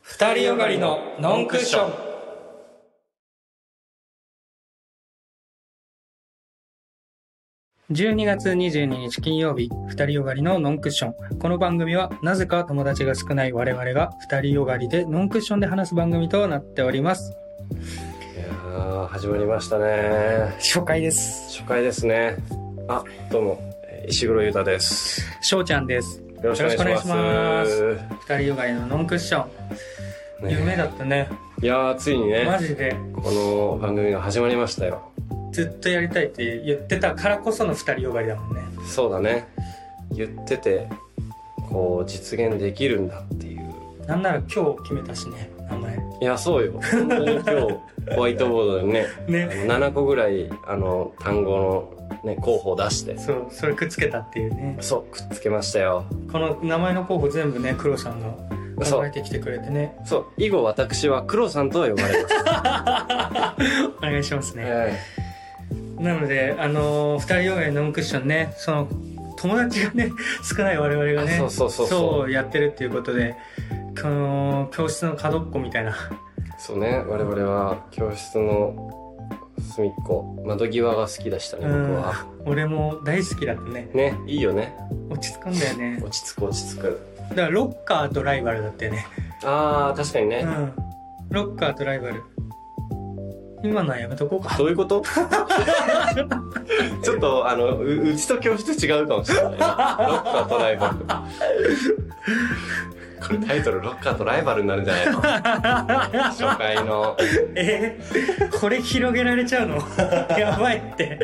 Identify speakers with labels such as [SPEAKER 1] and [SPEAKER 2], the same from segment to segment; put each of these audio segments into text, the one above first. [SPEAKER 1] 二人よがりのノンクッション。12月22日金曜日、二人よがりのノンクッション。この番組は、なぜか友達が少ない我々が、二人よがりでノンクッションで話す番組となっております。
[SPEAKER 2] いやー始まりましたね
[SPEAKER 1] 紹介です。
[SPEAKER 2] 初回ですねあどうもえー石黒裕太です
[SPEAKER 1] しょうちゃんです。
[SPEAKER 2] よろしくお願いします
[SPEAKER 1] よろしくお二人よがりのノンクッション。
[SPEAKER 2] ね
[SPEAKER 1] 夢だったね。
[SPEAKER 2] いやーついに
[SPEAKER 1] マ
[SPEAKER 2] ね
[SPEAKER 1] ジで、
[SPEAKER 2] この番組が始まりましたよ
[SPEAKER 1] ずっとやりたいって言ってたからこその二人よがりだもんね。
[SPEAKER 2] そうだね言っててこう実現できるんだっていう
[SPEAKER 1] なんなら今日決めたしね、名前。
[SPEAKER 2] いやそうよ本当に今日ホワイトボードでねあ の
[SPEAKER 1] ね。
[SPEAKER 2] 7個ぐらいあの単語の、ね、候補を出して
[SPEAKER 1] そう、それくっつけたっていうね。
[SPEAKER 2] そうくっつけましたよ
[SPEAKER 1] この名前の候補全部ね、黒さんが
[SPEAKER 2] そ
[SPEAKER 1] 考え
[SPEAKER 2] う
[SPEAKER 1] てきてくれてね。
[SPEAKER 2] そう以後私は黒さんとは呼ばれ ます、
[SPEAKER 1] お願いしますね。
[SPEAKER 2] はい
[SPEAKER 1] なので、あのー二人用外のノンクッションね、その、友達がね、 少ない我々がね、
[SPEAKER 2] あそうそうそうそう
[SPEAKER 1] そうやってるっていうことで、この、教室の角っこみたいな。
[SPEAKER 2] そうね我々は教室の隅っこ窓際が好きでしたね
[SPEAKER 1] う
[SPEAKER 2] 僕
[SPEAKER 1] ん
[SPEAKER 2] は。
[SPEAKER 1] 俺も大好きだったね。
[SPEAKER 2] ねいいよね
[SPEAKER 1] 落ち着くんだよね
[SPEAKER 2] 落。ち着く落ち着く
[SPEAKER 1] だから、ロッカーとライバルだったよね。
[SPEAKER 2] あー確かにね
[SPEAKER 1] う、ん。ロッカーとライバル。今のはやめとこうか。
[SPEAKER 2] どういうこと ちょっとあのううちと教室違うかもしれないロッカーとライバルこれタイトルロッカーとライバルになるんじゃ ないの初回の
[SPEAKER 1] えーこれ広げられちゃうの やばいって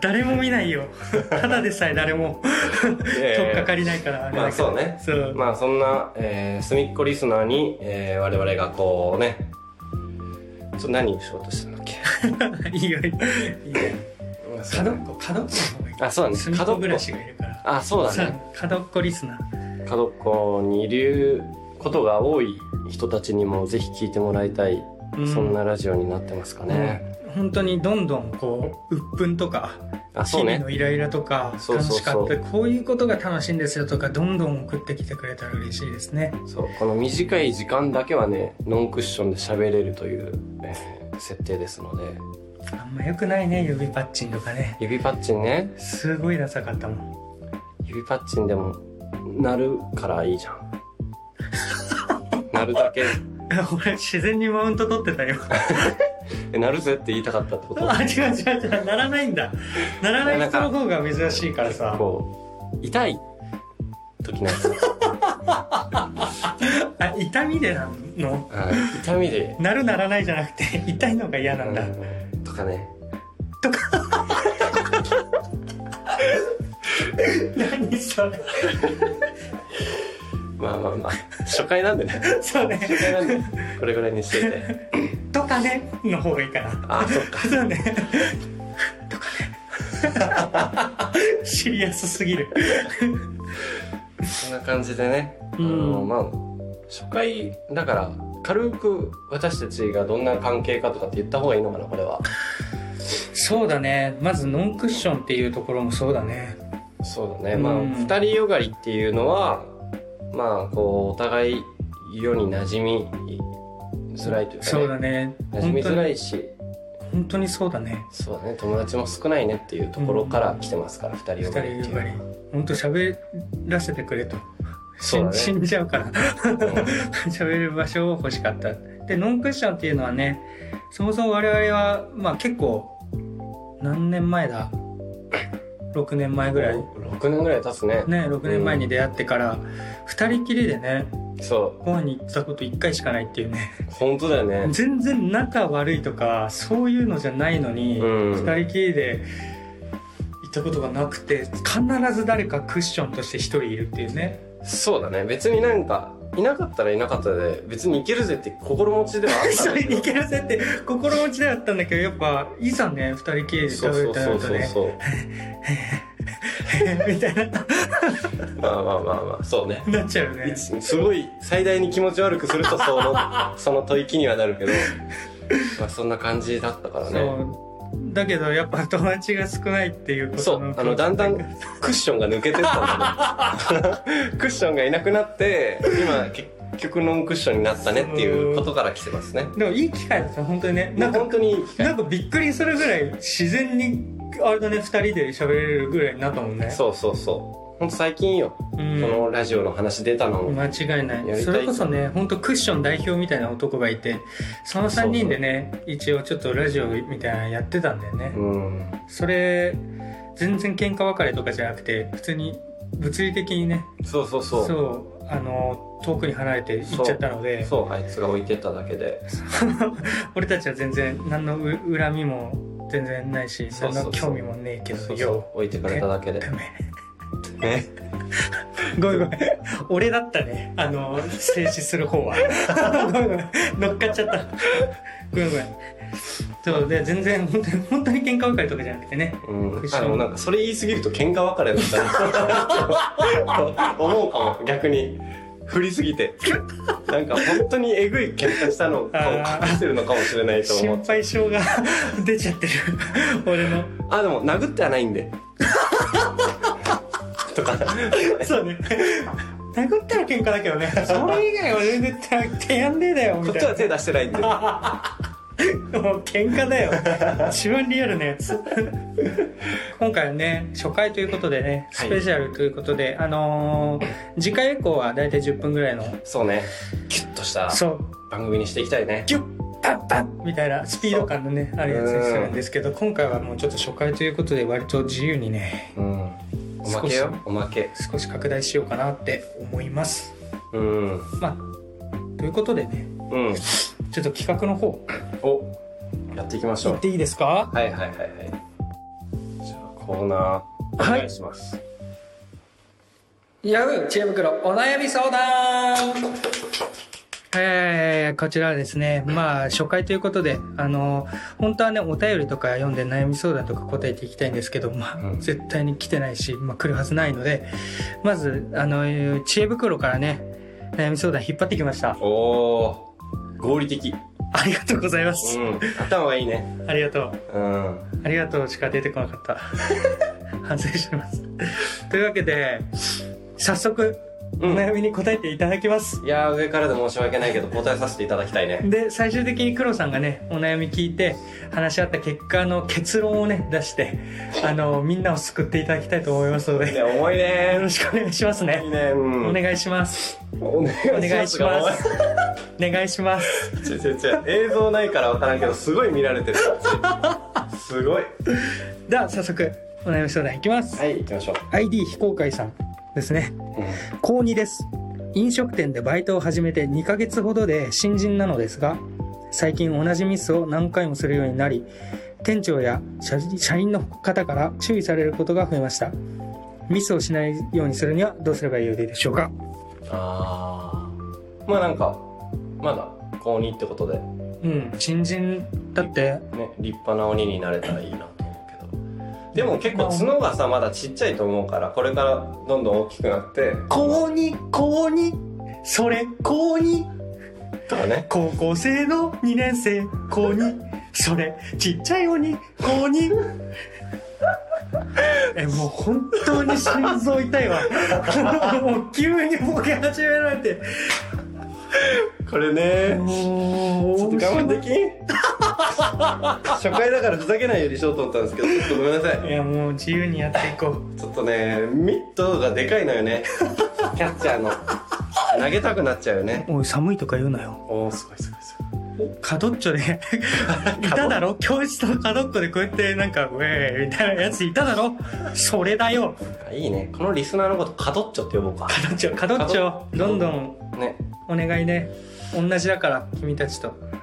[SPEAKER 1] 誰も見ないよただでさえ誰も取っかかりないからあれ
[SPEAKER 2] ま
[SPEAKER 1] だ
[SPEAKER 2] あ
[SPEAKER 1] けど、
[SPEAKER 2] そうね
[SPEAKER 1] そう
[SPEAKER 2] まあそんな、えー、隅っこリスナーに、えー、我々がこうねちょっと何しようとしたんだっけ
[SPEAKER 1] いいよいいよいいよ角っこ角っこの方がいい
[SPEAKER 2] あそうだね
[SPEAKER 1] 隅っこ
[SPEAKER 2] 角っこ
[SPEAKER 1] 暮らしがいるから
[SPEAKER 2] あそうだ
[SPEAKER 1] さ
[SPEAKER 2] ね
[SPEAKER 1] あ角っこリスナー
[SPEAKER 2] 角っこにいることが多い人たちにもぜひ聞いてもらいたい、
[SPEAKER 1] うん
[SPEAKER 2] そんなラジオになってますかね、
[SPEAKER 1] 本当にどんどんこう鬱憤とか
[SPEAKER 2] あそ
[SPEAKER 1] 日
[SPEAKER 2] う
[SPEAKER 1] 々
[SPEAKER 2] ね
[SPEAKER 1] のイライラとか
[SPEAKER 2] そう
[SPEAKER 1] 楽
[SPEAKER 2] そう
[SPEAKER 1] しか
[SPEAKER 2] そう
[SPEAKER 1] ったこういうことが楽しいんですよとかどんどん送ってきてくれたら嬉しいですね
[SPEAKER 2] そうこの短い時間だけはねノンクッションで喋れるという、えー設定ですので
[SPEAKER 1] あんま良くないね指パッチンとかね
[SPEAKER 2] 指パッチンね
[SPEAKER 1] すごいダサかったもん
[SPEAKER 2] 指パッチンでも鳴るからいいじ ゃん鳴るだけ
[SPEAKER 1] 俺自然にマウント取ってた よ
[SPEAKER 2] え鳴るぜって言いたかったってこと
[SPEAKER 1] あ違う違う違うならないんだならない人の方が珍しいからさ
[SPEAKER 2] こう痛い時な んですよ、
[SPEAKER 1] あ痛みでなの
[SPEAKER 2] はい痛みで
[SPEAKER 1] なるならないじゃなくて痛いのが嫌なんだ、
[SPEAKER 2] うんとかね
[SPEAKER 1] 何それ
[SPEAKER 2] まあまあまあ初回なんでね
[SPEAKER 1] そうね
[SPEAKER 2] 初回なんでこれぐらいにしてて
[SPEAKER 1] とかねの方がいいかな
[SPEAKER 2] あそっか
[SPEAKER 1] そうねとか ねシリアスすぎる
[SPEAKER 2] そんな感じでね、
[SPEAKER 1] うん
[SPEAKER 2] あのまあ初回だから軽く私たちがどんな関係かとかって言った方がいいのかなこれは
[SPEAKER 1] そうだねまずノンクッションっていうところもそうだね
[SPEAKER 2] そうだねまあ
[SPEAKER 1] うん
[SPEAKER 2] 二人よがりっていうのはまあこうお互い世に馴染みづらいというか、ね、
[SPEAKER 1] そうだね
[SPEAKER 2] 馴染
[SPEAKER 1] 本
[SPEAKER 2] み
[SPEAKER 1] 当
[SPEAKER 2] づら
[SPEAKER 1] に
[SPEAKER 2] いし
[SPEAKER 1] 本当にそうだね
[SPEAKER 2] そうだね友達も少ないねっていうところから来てますから、二
[SPEAKER 1] 二
[SPEAKER 2] 人呼ばれって
[SPEAKER 1] 人
[SPEAKER 2] い
[SPEAKER 1] ばり
[SPEAKER 2] う
[SPEAKER 1] 本当喋らせてくれと、
[SPEAKER 2] そうだね
[SPEAKER 1] 死ん死んじゃうから
[SPEAKER 2] うん
[SPEAKER 1] 喋る場所を欲しかったでノンクッションっていうのはねそもそも我々は、まあ、結構何年前だ6年前ぐらいね
[SPEAKER 2] 6年ぐらい経つね
[SPEAKER 1] 6年前に出会ってから2人きりでね
[SPEAKER 2] そ
[SPEAKER 1] ご飯に行ったこと1回しかないっていうね
[SPEAKER 2] う本当だよね
[SPEAKER 1] 全然仲悪いとかそういうのじゃないのに、
[SPEAKER 2] うん
[SPEAKER 1] 二人きりで行ったことがなくて必ず誰かクッションとして一人いるっていうね
[SPEAKER 2] そうだね別になんかいなかったらいなかったで別にいけるぜって心持ちではあった
[SPEAKER 1] そ
[SPEAKER 2] ん
[SPEAKER 1] れ
[SPEAKER 2] だけ
[SPEAKER 1] い
[SPEAKER 2] ど
[SPEAKER 1] けるぜって心持ちではあったんだけどやっぱいざね二人きりで
[SPEAKER 2] そう
[SPEAKER 1] 食べ
[SPEAKER 2] そ
[SPEAKER 1] る
[SPEAKER 2] う
[SPEAKER 1] とな
[SPEAKER 2] そ
[SPEAKER 1] る
[SPEAKER 2] う
[SPEAKER 1] と
[SPEAKER 2] そう
[SPEAKER 1] ね
[SPEAKER 2] そう
[SPEAKER 1] みたいな
[SPEAKER 2] まあまあまあまあそうね
[SPEAKER 1] なっちゃうよね
[SPEAKER 2] すごい最大に気持ち悪くするとそのその吐息にはなるけどまあそんな感じだったからね
[SPEAKER 1] そうだけどやっぱ友達が少ないっていうこと
[SPEAKER 2] そうあのだんだん クッションが抜けてったんだねクッションがいなくなって今け局ノンクッションになったねっていうことから来てますね。
[SPEAKER 1] でもいい機会だった本当にね
[SPEAKER 2] な
[SPEAKER 1] なんんか
[SPEAKER 2] か本当にいい機会
[SPEAKER 1] なんかびっくりするぐらい自然にあれだね2人で喋れるぐらいになったもんね
[SPEAKER 2] そうそうそう。本当最近よ。
[SPEAKER 1] う
[SPEAKER 2] こ
[SPEAKER 1] ん
[SPEAKER 2] のラジオの話出たのも。
[SPEAKER 1] 間違いな
[SPEAKER 2] やりた
[SPEAKER 1] い
[SPEAKER 2] い
[SPEAKER 1] それこそね本当クッション代表みたいな男がいてその3人でね一応ちょっとラジオみたいなのやってたんだよね、
[SPEAKER 2] うん。
[SPEAKER 1] それ全然喧嘩別れとかじゃなくて普通に物理的にね
[SPEAKER 2] そうそうそ。
[SPEAKER 1] そうう
[SPEAKER 2] そう
[SPEAKER 1] あの遠くに離れて行っちゃったので
[SPEAKER 2] あいつが置いてっただけで。
[SPEAKER 1] 俺たちは全然何のう恨みも全然ないし
[SPEAKER 2] そう
[SPEAKER 1] 何
[SPEAKER 2] そうそう
[SPEAKER 1] の興味もねえけど
[SPEAKER 2] そうそ
[SPEAKER 1] よ
[SPEAKER 2] う。置いてかれただけで。ね。
[SPEAKER 1] ごめんごめん俺だったねあの静止する方は ごめんごめん乗っかっちゃったごめんごめんそうで全然本当に本当に喧嘩別れとかじゃなくてね
[SPEAKER 2] うん。あの、なんかそれ言い過ぎると喧嘩別れみたいな。 思うかも、逆に。振りすぎて。なんか本当にえぐい喧嘩したのを隠してるのかもしれないと思
[SPEAKER 1] 心
[SPEAKER 2] う。
[SPEAKER 1] 配性が出ちゃってる 俺の
[SPEAKER 2] あ、でも殴ってはないんで。とか。
[SPEAKER 1] そうね殴ったら喧嘩だけどねそれ以外は全然手手やんねえだよ
[SPEAKER 2] こ
[SPEAKER 1] み
[SPEAKER 2] ったちはい手出してないん で。
[SPEAKER 1] なもう喧嘩だ よ一番リアルなやつ今回はね初回ということでね
[SPEAKER 2] は
[SPEAKER 1] ス
[SPEAKER 2] い
[SPEAKER 1] ペシャルということで、あのー次回以降は大体10分ぐらいの
[SPEAKER 2] そうね。キュッとした
[SPEAKER 1] そう
[SPEAKER 2] 番組にしていきたいね。
[SPEAKER 1] ギュッパッパッみたいなスピード感のねあるやつにするんですけど今回はもうちょっと初回ということで割と自由にね
[SPEAKER 2] うん。おまけよ。おまけ。
[SPEAKER 1] 少し拡大しようかなって思います
[SPEAKER 2] うん。
[SPEAKER 1] まあということでね
[SPEAKER 2] うん。
[SPEAKER 1] ちょっと企画の方
[SPEAKER 2] お、やっていきましょ
[SPEAKER 1] 行
[SPEAKER 2] う
[SPEAKER 1] っ。ていいですか
[SPEAKER 2] はいはいはいはい。じゃあコーナーお願いします。
[SPEAKER 1] ヤフー知恵袋お悩み相談えー、こちらはですね、まあ、初回ということで、あの、本当はね、お便りとか読んで悩み相談とか答えていきたいんですけど、まあ、
[SPEAKER 2] うん
[SPEAKER 1] 絶対に来てないし、まあ、来るはずないので、まず、あの、知恵袋からね、悩み相談引っ張ってきました。
[SPEAKER 2] おおー、合理的。
[SPEAKER 1] ありがとうございます。
[SPEAKER 2] うん。頭がいいね。
[SPEAKER 1] ありがとう。
[SPEAKER 2] うん。
[SPEAKER 1] ありがとうしか出てこなかった。 反省してます。というわけで、早速、お
[SPEAKER 2] うん
[SPEAKER 1] 悩みに答えていただきます。
[SPEAKER 2] いやー上からで申し訳ないけど答えさせていただきたいね。
[SPEAKER 1] で、最終的に黒さんがね、お悩み聞いて、話し合った結果の結論をね、出して、あの、みんなを救っていただきたいと思いますので、
[SPEAKER 2] ね重い
[SPEAKER 1] よろ
[SPEAKER 2] ね
[SPEAKER 1] しくお願いします
[SPEAKER 2] ー。いい
[SPEAKER 1] ね。
[SPEAKER 2] ね。うん
[SPEAKER 1] お願いします。
[SPEAKER 2] お
[SPEAKER 1] お願いします
[SPEAKER 2] が。
[SPEAKER 1] お願いします。
[SPEAKER 2] 重い違う違う違う映像ないからわからんけどすごい見られて る。すごい。
[SPEAKER 1] では、早速、お悩み相談いきます。
[SPEAKER 2] はい行きましょう。
[SPEAKER 1] ID 非公開さんですね。
[SPEAKER 2] う
[SPEAKER 1] 高2です飲食店でバイトを始めて2ヶ月ほどで新人なのですが最近同じミスを何回もするようになり店長や社社員の方から注意されることが増えましたミスをしないようにするにはどうすればよいでしょうか
[SPEAKER 2] ん、ああ。まあなんかまだ高二ってことで
[SPEAKER 1] うん新人だって
[SPEAKER 2] ね、立派な鬼になれたらいいなと思うけどでも結構角がさまだちっちゃいと思うからこれからどんどん大きくな って
[SPEAKER 1] 高2高2それ高2
[SPEAKER 2] とかね
[SPEAKER 1] 高校生の2年生高2それちっちゃい鬼高2えもう本当に心臓痛いわ もう急にボケ始められて
[SPEAKER 2] これね
[SPEAKER 1] もう
[SPEAKER 2] ちょっと我慢できん初回だからふざけないようにしようと思ったんですけどちょっとごめんなさい
[SPEAKER 1] いやもう自由にやっていこう
[SPEAKER 2] ちょっとねミットがでかいのよね キャッチャーの投げたくなっちゃうよね
[SPEAKER 1] おい寒いとか言うなよ
[SPEAKER 2] おおすごいすごいすごい
[SPEAKER 1] 角っちょで いただろ教室の角っこでこうやってなんかウェーイみたいなやついただろそれだよ
[SPEAKER 2] あいいねこのリスナーのことカドッチョって呼ぼうか
[SPEAKER 1] 角っちょ角っちょどんどん
[SPEAKER 2] ね
[SPEAKER 1] お願いね同じだから君たちと
[SPEAKER 2] はい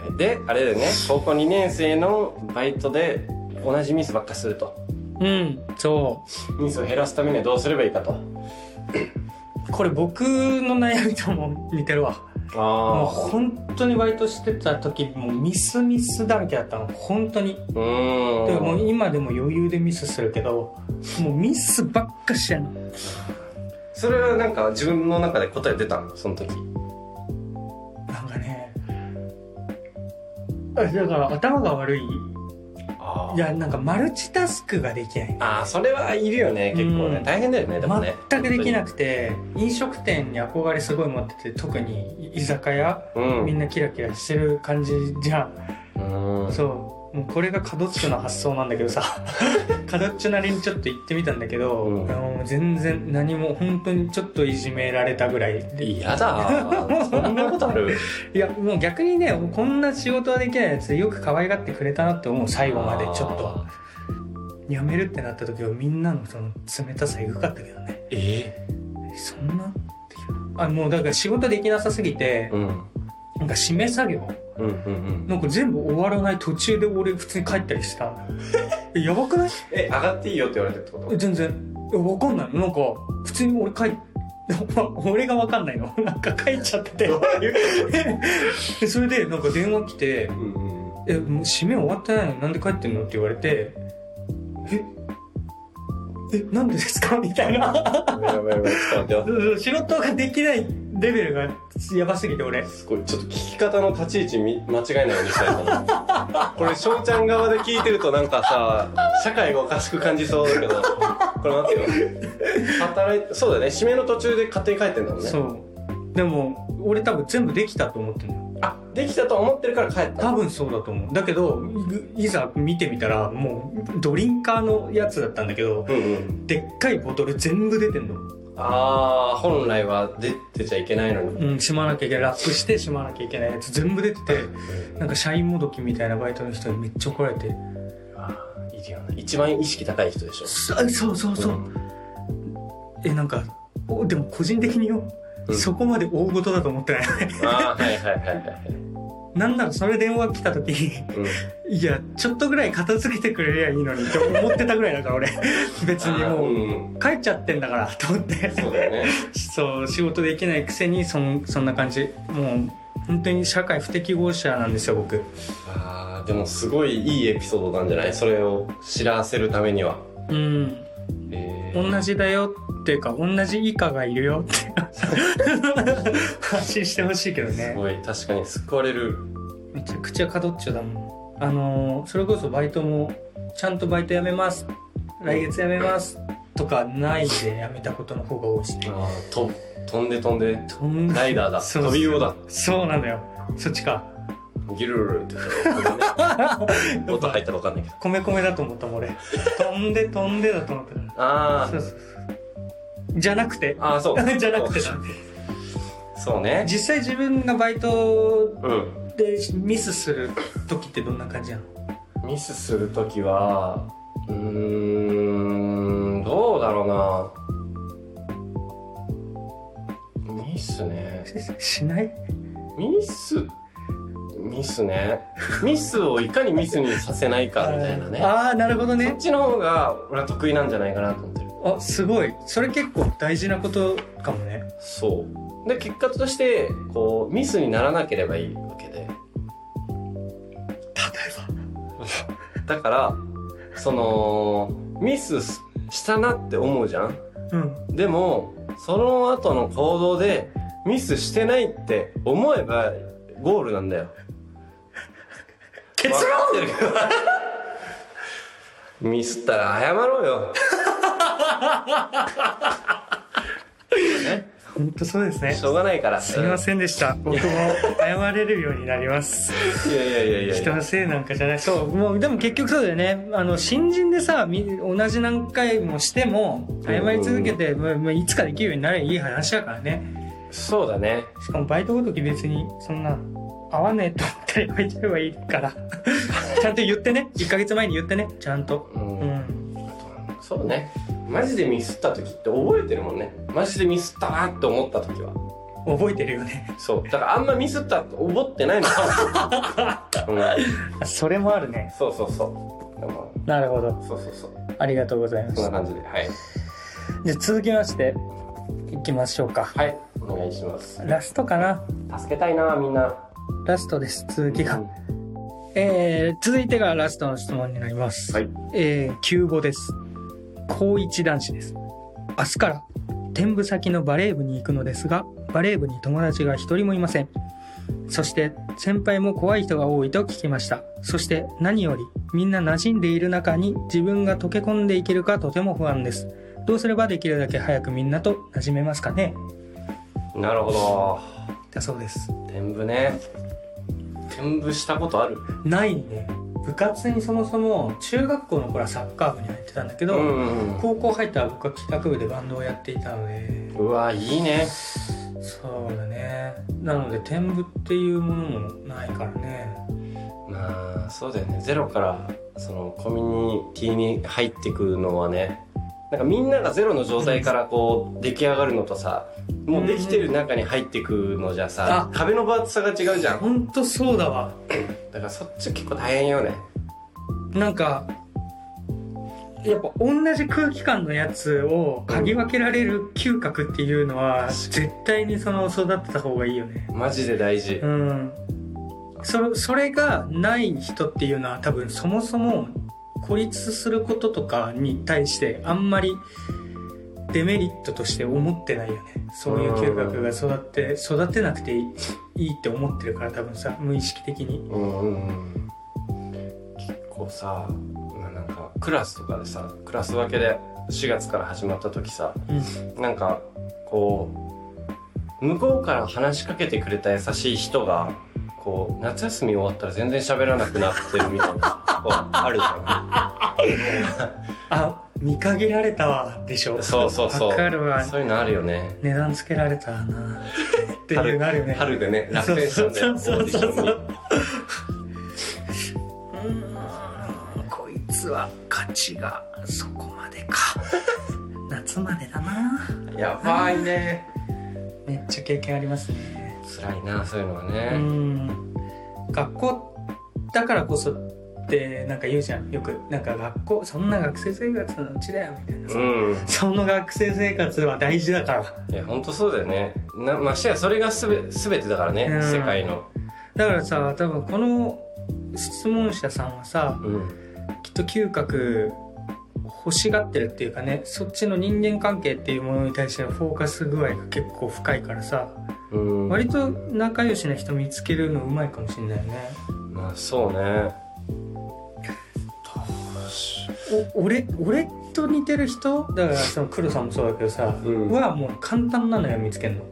[SPEAKER 2] はいはいであれでね高校2年生のバイトで同じミスばっかすると
[SPEAKER 1] うんそ
[SPEAKER 2] ミスを減らすためにはどうすればいいかと
[SPEAKER 1] うこれ僕の悩みとも似てるわもう
[SPEAKER 2] あ
[SPEAKER 1] 本当にバイトしてた時もうミスミスだらけだったの本当に
[SPEAKER 2] うーん
[SPEAKER 1] でももう今でも余裕でミスするけどもうミスばっかしてんの
[SPEAKER 2] それはなんか自分の中で答え出たのその時
[SPEAKER 1] なんかねあだから頭が悪い
[SPEAKER 2] ああ
[SPEAKER 1] いやなんかマルチタスクができない
[SPEAKER 2] あーそれはいるよね結構ね
[SPEAKER 1] うん
[SPEAKER 2] 大変だよねでもね
[SPEAKER 1] 全くできなくて飲食店に憧れすごい持ってて特に居酒屋
[SPEAKER 2] うん
[SPEAKER 1] みんなキラキラしてる感じじゃん、
[SPEAKER 2] うん
[SPEAKER 1] そうもうこれがカドッチョの発想なんだけどさ カドッチョなりにちょっと行ってみたんだけど、
[SPEAKER 2] うん
[SPEAKER 1] もう全然何も本当にちょっといじめられたぐらいで
[SPEAKER 2] 嫌だそんなことある
[SPEAKER 1] いやもう逆にねこんな仕事はできないやつよく可愛がってくれたなって思う最後までちょっと辞めるってなった時はみんなのその冷たさエグかったけどね
[SPEAKER 2] え
[SPEAKER 1] えそんなっていうあもうだから仕事できなさすぎて
[SPEAKER 2] うん
[SPEAKER 1] なんか締め作業
[SPEAKER 2] うんうんうん
[SPEAKER 1] なんか全部終わらない途中で俺普通に帰ったりした えやばくない
[SPEAKER 2] え上がっていいよって言われてるってこと
[SPEAKER 1] 全然いやわかんないなんか普通に俺帰っ 俺がわかんないの なんか帰っちゃっててでそれでなんか電話来て
[SPEAKER 2] うんうん
[SPEAKER 1] え、もう締め終わってないのになんで帰ってんのって言われて、え、え、なんでですか みたいな。
[SPEAKER 2] やばいやばいやばいちょっと待ってよ
[SPEAKER 1] 仕事ができないレベルがやばすぎて俺。
[SPEAKER 2] すごいちょっと聞き方の立ち位置み間違えないようにしたいかなこれ翔ちゃん側で聞いてるとなんかさ社会がおかしく感じそうだけどこれ待ってよ働いてそうだね締めの途中で勝手に帰ってんだもんね
[SPEAKER 1] そう。でも、俺多分全部できたと思ってるの。
[SPEAKER 2] あできたと思ってるから帰った
[SPEAKER 1] 多分そうだと思う。だけど、いいざ見てみたら、もうドリンカーのやつだったんだけど、
[SPEAKER 2] うんうん
[SPEAKER 1] でっかいボトル全部出てんの。
[SPEAKER 2] ああ本来は出てちゃいけないのに
[SPEAKER 1] うん、しまなきゃいけない。ラップしてしまなきゃいけないやつ全部出てて、なんか社員もどきみたいなバイトの人にめっちゃ怒られて、
[SPEAKER 2] あーいるよね一番意識高い人でしょ
[SPEAKER 1] そそうそうそう、えなんかおでも個人的によ、
[SPEAKER 2] うん
[SPEAKER 1] そこまで大事だと思ってない
[SPEAKER 2] ああはいはいはい はい
[SPEAKER 1] なんならそれ電話来た時 に
[SPEAKER 2] うん
[SPEAKER 1] いやちょっとぐらい片付けてくれりゃいいのにって思ってたぐらいだから俺 別に
[SPEAKER 2] あー
[SPEAKER 1] もう
[SPEAKER 2] うん
[SPEAKER 1] 帰っちゃってんだからと思って
[SPEAKER 2] そうだよね
[SPEAKER 1] そう仕事できないくせにそんそんな感じもう本当に社会不適合者なんですよ僕
[SPEAKER 2] あーでもすごいいいエピソードなんじゃないそれを知らせるためには、
[SPEAKER 1] うん
[SPEAKER 2] えー
[SPEAKER 1] 同じだよっていうか同じ以下がいるよって発信してほしいけどね
[SPEAKER 2] すごい確かに救われる
[SPEAKER 1] めちゃくちゃカドッチョだもんあのーそれこそバイトもちゃんとバイト辞めます来月辞めますとかないで辞めたことの方が多いし
[SPEAKER 2] あーと飛んで飛んで
[SPEAKER 1] とん
[SPEAKER 2] ライダーだ
[SPEAKER 1] そう
[SPEAKER 2] 飛び魚だ
[SPEAKER 1] そうなのよそっちか
[SPEAKER 2] ギルルルって 言った音入ったら分かんないけど
[SPEAKER 1] 米米だと思ったもん俺飛んで飛んでだと思ったから
[SPEAKER 2] あ
[SPEAKER 1] そうそうそうじゃなくて
[SPEAKER 2] あああそう
[SPEAKER 1] じゃなくてだ
[SPEAKER 2] そうね
[SPEAKER 1] 実際自分がバイト
[SPEAKER 2] うん
[SPEAKER 1] でミスする時ってどんな感じなの
[SPEAKER 2] ミスするときはうーんどうだろうなミスね
[SPEAKER 1] ししない
[SPEAKER 2] ミスミスねミスをいかにミスにさせないかみたいなね
[SPEAKER 1] ああなるほど
[SPEAKER 2] そ
[SPEAKER 1] ね
[SPEAKER 2] っちの方が俺は得意なんじゃないかなと思ってる
[SPEAKER 1] あすごいそれ結構大事なことかもね
[SPEAKER 2] そうで結果としてこうミスにならなければいいわけで
[SPEAKER 1] 例え
[SPEAKER 2] だからそのミスしたなって思うじゃん
[SPEAKER 1] ばうん
[SPEAKER 2] でもその後の行動でミスしてないって思えばゴールなんだよ
[SPEAKER 1] 結論
[SPEAKER 2] 分かってるけど ミスったら謝ろうよ
[SPEAKER 1] 本当そうですね
[SPEAKER 2] しょうがないから
[SPEAKER 1] すみませんでした僕も謝れるようになります
[SPEAKER 2] んいやいやいやいや
[SPEAKER 1] 人のせいなんかじゃないそうもうでも結局そうだよねあの新人でさみ同じ何回もしても謝り続けて、まあまあ、いつかできるようになればいい話やからね
[SPEAKER 2] そうだね
[SPEAKER 1] しかもバイトごとき別にそんな合わねえと思ったらやめちゃえばいいから ちゃんと言ってね1ヶ月前に言ってねちゃんと
[SPEAKER 2] うん
[SPEAKER 1] うん
[SPEAKER 2] そうねマジでミスった時って覚えてるもんねマジでミスったなって思った時は
[SPEAKER 1] 覚えてるよね
[SPEAKER 2] そうだからあんまミスったって思ってないのか も、うん、
[SPEAKER 1] あそれもあるね
[SPEAKER 2] そうそうそうでも
[SPEAKER 1] なるほど
[SPEAKER 2] そうそうそう
[SPEAKER 1] ありがとうございま
[SPEAKER 2] そんな
[SPEAKER 1] す
[SPEAKER 2] 感じではい
[SPEAKER 1] じゃあ続きましていきましょうか
[SPEAKER 2] はいお願いします
[SPEAKER 1] ラストかな
[SPEAKER 2] 助けたいなみんな
[SPEAKER 1] ラストです続きが、えー、続いてがラストの質問になります、
[SPEAKER 2] はい
[SPEAKER 1] えー、旧語です高一男子です明日から転部先のバレー部に行くのですがバレー部に友達が一人もいませんそして先輩も怖い人が多いと聞きました。そして何よりみんな馴染んでいる中に自分が溶け込んでいけるかとても不安です。どうすればできるだけ早くみんなと馴染めますかね
[SPEAKER 2] なるほど。
[SPEAKER 1] だそうです。
[SPEAKER 2] 転部ね。転部したことある
[SPEAKER 1] ないね。部活にそもそも中学校の頃はサッカー部に入ってたんだけど、
[SPEAKER 2] ん
[SPEAKER 1] 高校入ったら僕は帰宅部でバンドをやっていたので、
[SPEAKER 2] うわ、いいね。
[SPEAKER 1] そうだね。なので転部っていうものもないからね。
[SPEAKER 2] まあ、そうだよね。ゼロから、その、コミュニティに入ってくのはね、なんかみんながゼロの状態からこう、出来上がるのとさ、もうできてる中に入ってくのじゃさ
[SPEAKER 1] あ、
[SPEAKER 2] 壁の分厚さが違うじゃん。
[SPEAKER 1] ほんとそうだわ。
[SPEAKER 2] だからそっち結構大変よね。
[SPEAKER 1] なんか、やっぱ同じ空気感のやつを嗅ぎ分けられる嗅覚っていうのは、絶対にその育てた方がいいよね。
[SPEAKER 2] マジで大事
[SPEAKER 1] う。ん。そそれがない人っていうのは多分そもそも孤立することとかに対してあんまりデメリットとして思ってないよね。そういう嗅覚が育って、育てなくていいいいって思ってるから多分さ、無意識的に。
[SPEAKER 2] うんうんうん結構さまあなんかクラスとかでさクラス分けで4月から始まった時さ
[SPEAKER 1] うん。
[SPEAKER 2] なんかこう向こうから話しかけてくれた優しい人がこう夏休み終わったら全然喋らなくなってるみたいな こうあるじゃ
[SPEAKER 1] あ、見限られたわ、でしょ
[SPEAKER 2] ん。そうそうそう
[SPEAKER 1] わかるわ。
[SPEAKER 2] そういうのあるよね
[SPEAKER 1] 値段つけられたな。っていうのあるよね。
[SPEAKER 2] 春でね
[SPEAKER 1] そ
[SPEAKER 2] 落
[SPEAKER 1] う
[SPEAKER 2] 選した
[SPEAKER 1] そ
[SPEAKER 2] ん
[SPEAKER 1] う
[SPEAKER 2] だよ
[SPEAKER 1] そうそうそう
[SPEAKER 2] オーディションに
[SPEAKER 1] うーんこいつは価値がそこまで か。夏までだな。
[SPEAKER 2] やばい ね
[SPEAKER 1] めっちゃ経験ありますね。
[SPEAKER 2] 辛いなそういうのは
[SPEAKER 1] う
[SPEAKER 2] ね
[SPEAKER 1] ん。学校だからこそってなんか言うじゃん。よくなんか学校そんな学生生活のうちだよみたいなさ。
[SPEAKER 2] うん
[SPEAKER 1] その学生生活は大事だから。
[SPEAKER 2] いや本当そうだよねなましてやそれがすべ全てだからね、
[SPEAKER 1] うん
[SPEAKER 2] 世界の、
[SPEAKER 1] だからさ多分この質問者さんはさ
[SPEAKER 2] うん、
[SPEAKER 1] きっと嗅覚欲しがってるっていうかねそっちの人間関係っていうものに対してのフォーカス具合が結構深いからさ
[SPEAKER 2] うん、
[SPEAKER 1] 割と仲良しな人見つけるのうまいかもしんないよね
[SPEAKER 2] まあそうねどうし
[SPEAKER 1] お俺俺と似てる人だからその黒さんもそうだけどさ、
[SPEAKER 2] うん
[SPEAKER 1] はもう簡単なのよ見つけるの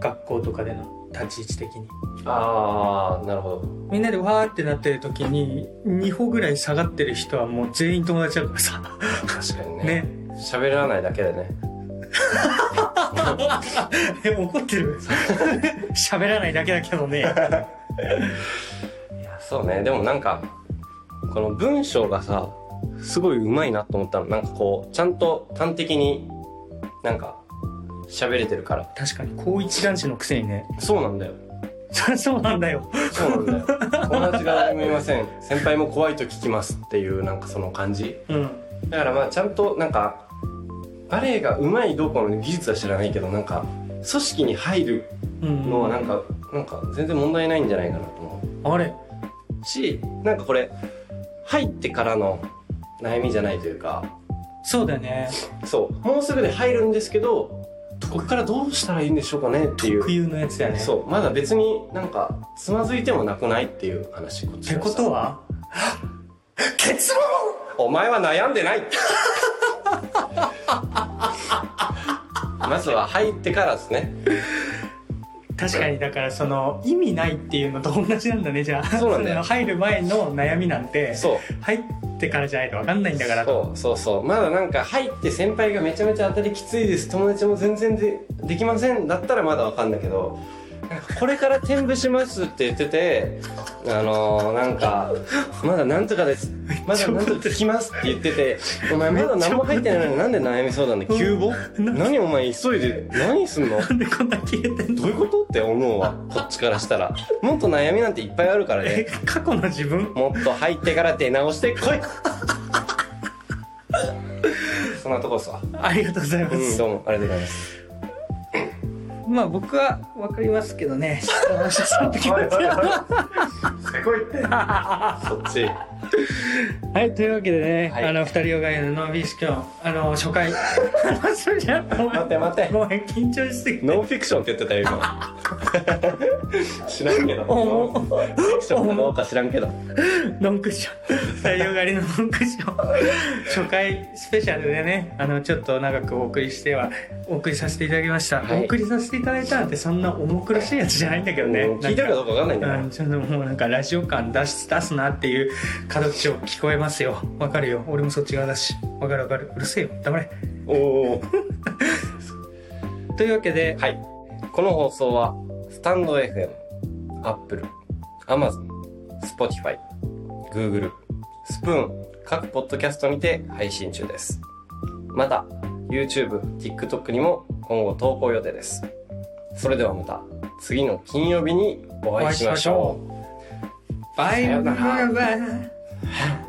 [SPEAKER 1] 学校とかでの立ち位置的に
[SPEAKER 2] ああなるほど
[SPEAKER 1] みんなでわーってなってる時に2歩ぐらい下がってる人はもう全員友達だからさ
[SPEAKER 2] 確かにね
[SPEAKER 1] ね
[SPEAKER 2] 喋らないだけでね
[SPEAKER 1] え怒ってる喋らないだけだけどね
[SPEAKER 2] いやそうねでもなんかこの文章がさすごいうまいなと思ったのなんかこうちゃんと端的になんか喋れてるから
[SPEAKER 1] 確かに高一男子のくせにね
[SPEAKER 2] そうなんだよ
[SPEAKER 1] そうなんだよ
[SPEAKER 2] そうなんだよ友達が誰もいません先輩も怖いと聞きますっていうなんかその感じ
[SPEAKER 1] うん
[SPEAKER 2] だからまあちゃんとなんかバレエがうまいどうこうの技術は知らないけどなんか組織に入る
[SPEAKER 1] うん
[SPEAKER 2] のはなんか、なんか全然問題ないんじゃないかなと思
[SPEAKER 1] あれ
[SPEAKER 2] うしなんかこれ入ってからの悩みじゃないというか
[SPEAKER 1] そうだよね
[SPEAKER 2] そうもうすぐで入るんですけどここからどうしたらいいんでしょうかねっていう
[SPEAKER 1] 特有のやつだよねう
[SPEAKER 2] そうまだ別になんかつまずいてもなくないっていう話こっち
[SPEAKER 1] て
[SPEAKER 2] のさ
[SPEAKER 1] ことは 結論
[SPEAKER 2] お前は悩んで ないまずは入ってからですね
[SPEAKER 1] 確かにだからその意味ないっていうのと同じなんだねじゃあ
[SPEAKER 2] そ うなんだよ
[SPEAKER 1] の入る前の悩みなんて
[SPEAKER 2] そう
[SPEAKER 1] 入ってからじゃないと分かんないんだからと
[SPEAKER 2] そうそうそうまだなんか入って先輩がめちゃめちゃ当たりきついです友達も全然でできませんだったらまだわかんだけどなんかこれから転部しますって言っててあのー、なんかまだなんとかですまだなんとか聞きますって言っててお前まだ何も入ってないのになんで悩みそうなんで急募何お前急いで何すんの
[SPEAKER 1] なんでこんな消えてんの
[SPEAKER 2] どういうことって思うわこっちからしたらもっと悩みなんていっぱいあるからね
[SPEAKER 1] え過去の自分
[SPEAKER 2] もっと入ってから出直してこいそんなとこっすわ。
[SPEAKER 1] ありがとうございま
[SPEAKER 2] うん、
[SPEAKER 1] す、
[SPEAKER 2] どうも、ありがとうございます。
[SPEAKER 1] まあ僕は分かりますけどね質問者さんって気持ちは
[SPEAKER 2] せこいって。そっち。
[SPEAKER 1] はい、というわけでね、
[SPEAKER 2] はい
[SPEAKER 1] あの、二人をがいのノービーシキョン、あの、初回。それじゃ、お前
[SPEAKER 2] 待って待って
[SPEAKER 1] ごめん、緊張しすぎて。
[SPEAKER 2] ノンフィクションって言ってたよ、今。知らんけど。
[SPEAKER 1] 重っ
[SPEAKER 2] セクションかどうか知らんけど。
[SPEAKER 1] ノンクッション太陽狩りのノンクッション初回スペシャルでねあのちょっと長くお送りしてはお送りさせていただきました、
[SPEAKER 2] はい
[SPEAKER 1] お送りさせていただいたなんてそんな重苦しいやつじゃないんだけどね
[SPEAKER 2] もう聞いてるかどうかわかんないんだ
[SPEAKER 1] う
[SPEAKER 2] よ
[SPEAKER 1] ん、ちょっともうなんかラジオ感出し出すなっていう角口を聞こえますよわかるよ俺もそっち側だしわかるわかるうるせえよ黙れ
[SPEAKER 2] おおー。
[SPEAKER 1] というわけで、
[SPEAKER 2] はい。この放送は、スタンド FM、Apple、Amazon、Spotify、Google、スプーン、各ポッドキャストにて配信中です。また、YouTube、TikTok にも今後投稿予定です。それではまた、次の金曜日にお会いしましょう。
[SPEAKER 1] バイ
[SPEAKER 2] さよう
[SPEAKER 1] バ
[SPEAKER 2] なら
[SPEAKER 1] イバイ